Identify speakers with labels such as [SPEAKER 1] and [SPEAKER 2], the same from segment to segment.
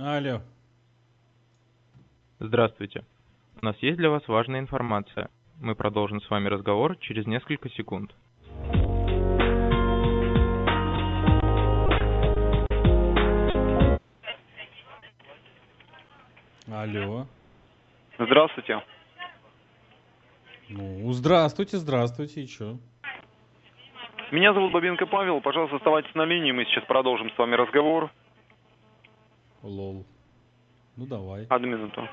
[SPEAKER 1] Алло.
[SPEAKER 2] Здравствуйте. У нас есть для вас важная информация. Мы продолжим с вами разговор через несколько секунд.
[SPEAKER 1] Алло.
[SPEAKER 3] Здравствуйте.
[SPEAKER 1] Ну, здравствуйте, здравствуйте, и чё?
[SPEAKER 3] Меня зовут Бабенко Павел. Пожалуйста, оставайтесь на линии. Мы сейчас продолжим с вами разговор.
[SPEAKER 1] Лол. Ну, давай.
[SPEAKER 3] Одну минуту.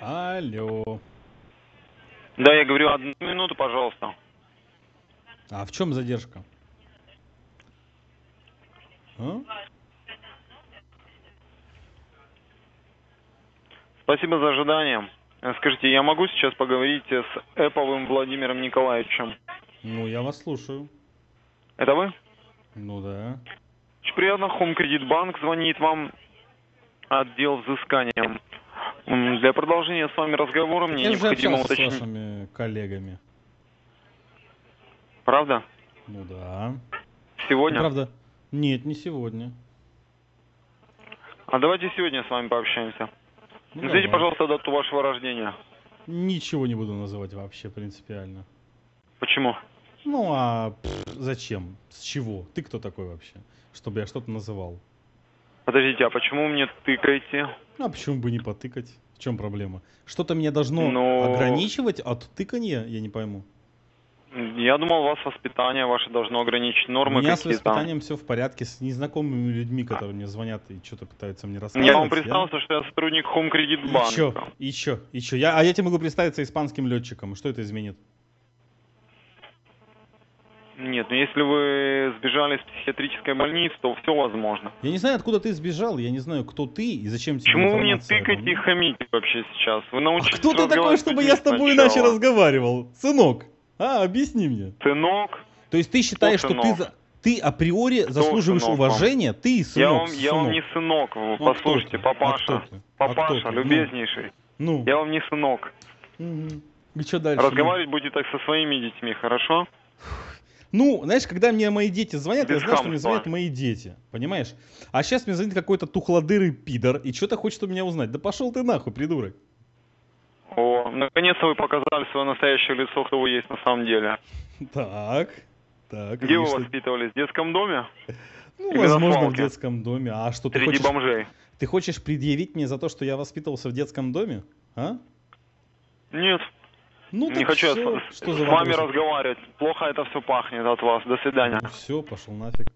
[SPEAKER 1] Алло.
[SPEAKER 3] Да, я говорю, одну минуту, пожалуйста.
[SPEAKER 1] А в чем задержка? А?
[SPEAKER 3] Спасибо за ожидание. Э, Скажите, я могу сейчас поговорить э, с Эповым Владимиром Николаевичем?
[SPEAKER 1] Ну, я вас слушаю.
[SPEAKER 3] Это вы?
[SPEAKER 1] Ну да.
[SPEAKER 3] Очень приятно, Home Credit Bank звонит вам отдел взыскания. М, Для продолжения с вами разговора мне
[SPEAKER 1] я же
[SPEAKER 3] необходимо
[SPEAKER 1] общался с
[SPEAKER 3] уточнить.
[SPEAKER 1] вашими коллегами.
[SPEAKER 3] Правда?
[SPEAKER 1] Ну да. Ну,
[SPEAKER 3] Сегодня?
[SPEAKER 1] правда? Нет, не сегодня.
[SPEAKER 3] А давайте сегодня с вами пообщаемся.
[SPEAKER 1] Ну,
[SPEAKER 3] Назовите,
[SPEAKER 1] давай.
[SPEAKER 3] пожалуйста, дату вашего рождения.
[SPEAKER 1] Ничего не буду называть вообще принципиально.
[SPEAKER 3] Почему?
[SPEAKER 1] Ну а пф, зачем? С чего? Ты кто такой вообще? Чтобы я что-то называл.
[SPEAKER 3] Подождите, а почему мне тыкаете?
[SPEAKER 1] А почему бы не потыкать? В чем проблема? Что-то меня должно
[SPEAKER 3] Но-
[SPEAKER 1] ограничивать от тыкания, я не пойму.
[SPEAKER 3] Я думал, у вас воспитание ваше должно ограничить
[SPEAKER 1] У
[SPEAKER 3] нормы
[SPEAKER 1] меня с
[SPEAKER 3] какие-то.
[SPEAKER 1] воспитанием все в порядке, с незнакомыми людьми, которые мне звонят и что-то пытаются мне рассказывать.
[SPEAKER 3] Я вам представился, что я сотрудник Home Credit
[SPEAKER 1] И
[SPEAKER 3] Bank.
[SPEAKER 1] чё? И чё? И чё? Я, а я тебе могу представиться испанским летчиком. Что это изменит?
[SPEAKER 3] Нет, ну если вы сбежали из психиатрической больницы, то все возможно.
[SPEAKER 1] Я не знаю, откуда ты сбежал, я не знаю, кто ты и зачем тебе
[SPEAKER 3] Почему вы мне
[SPEAKER 1] информация обо
[SPEAKER 3] тыкаете и
[SPEAKER 1] мне.
[SPEAKER 3] хамите вообще сейчас? Вы
[SPEAKER 1] А
[SPEAKER 3] научитесь
[SPEAKER 1] кто ты такой,
[SPEAKER 3] разговаривать с
[SPEAKER 1] чтобы
[SPEAKER 3] людьми
[SPEAKER 1] я с тобой
[SPEAKER 3] сначала.
[SPEAKER 1] иначе разговаривал? Сынок, а, объясни мне.
[SPEAKER 3] Сынок,
[SPEAKER 1] То есть ты считаешь, что ты,
[SPEAKER 3] сынок?
[SPEAKER 1] за- ты априори заслуживаешь
[SPEAKER 3] сынок вам?
[SPEAKER 1] уважения? Ты, сынок,
[SPEAKER 3] я, вам, я вам
[SPEAKER 1] сынок.
[SPEAKER 3] не сынок, вы
[SPEAKER 1] Ну, а кто
[SPEAKER 3] послушайте,
[SPEAKER 1] ты? А
[SPEAKER 3] папаша.
[SPEAKER 1] кто ты? А кто
[SPEAKER 3] Папаша,
[SPEAKER 1] ты? Ну,
[SPEAKER 3] любезнейший.
[SPEAKER 1] Ну,
[SPEAKER 3] Я вам не сынок.
[SPEAKER 1] мгм. и что дальше?
[SPEAKER 3] Разговаривать будете так со своими детьми, хорошо?
[SPEAKER 1] Ну, знаешь, когда мне мои дети звонят, я
[SPEAKER 3] Без
[SPEAKER 1] знаю, что мне
[SPEAKER 3] хамства.
[SPEAKER 1] звонят мои дети, понимаешь? А сейчас мне звонит какой-то тухлодырый пидор и что-то хочет у меня узнать. Да пошел ты нахуй, придурок.
[SPEAKER 3] О, наконец-то вы показали свое настоящее лицо, кто вы есть на самом деле.
[SPEAKER 1] Так, так.
[SPEAKER 3] Где
[SPEAKER 1] и
[SPEAKER 3] вы
[SPEAKER 1] что-
[SPEAKER 3] воспитывались? В детском доме?
[SPEAKER 1] Ну,
[SPEAKER 3] Или на
[SPEAKER 1] возможно, в
[SPEAKER 3] свалке?
[SPEAKER 1] детском доме. А что, ты
[SPEAKER 3] Среди
[SPEAKER 1] хочешь,
[SPEAKER 3] бомжей?
[SPEAKER 1] ты хочешь предъявить мне за то, что я воспитывался в детском доме? А?
[SPEAKER 3] Нет,
[SPEAKER 1] Ну,
[SPEAKER 3] не
[SPEAKER 1] так
[SPEAKER 3] хочу я
[SPEAKER 1] всё.
[SPEAKER 3] с,
[SPEAKER 1] что
[SPEAKER 3] с
[SPEAKER 1] за
[SPEAKER 3] вами
[SPEAKER 1] вопросы?
[SPEAKER 3] разговаривать. Плохо это все пахнет от вас. До свидания.
[SPEAKER 1] все, пошел нафиг.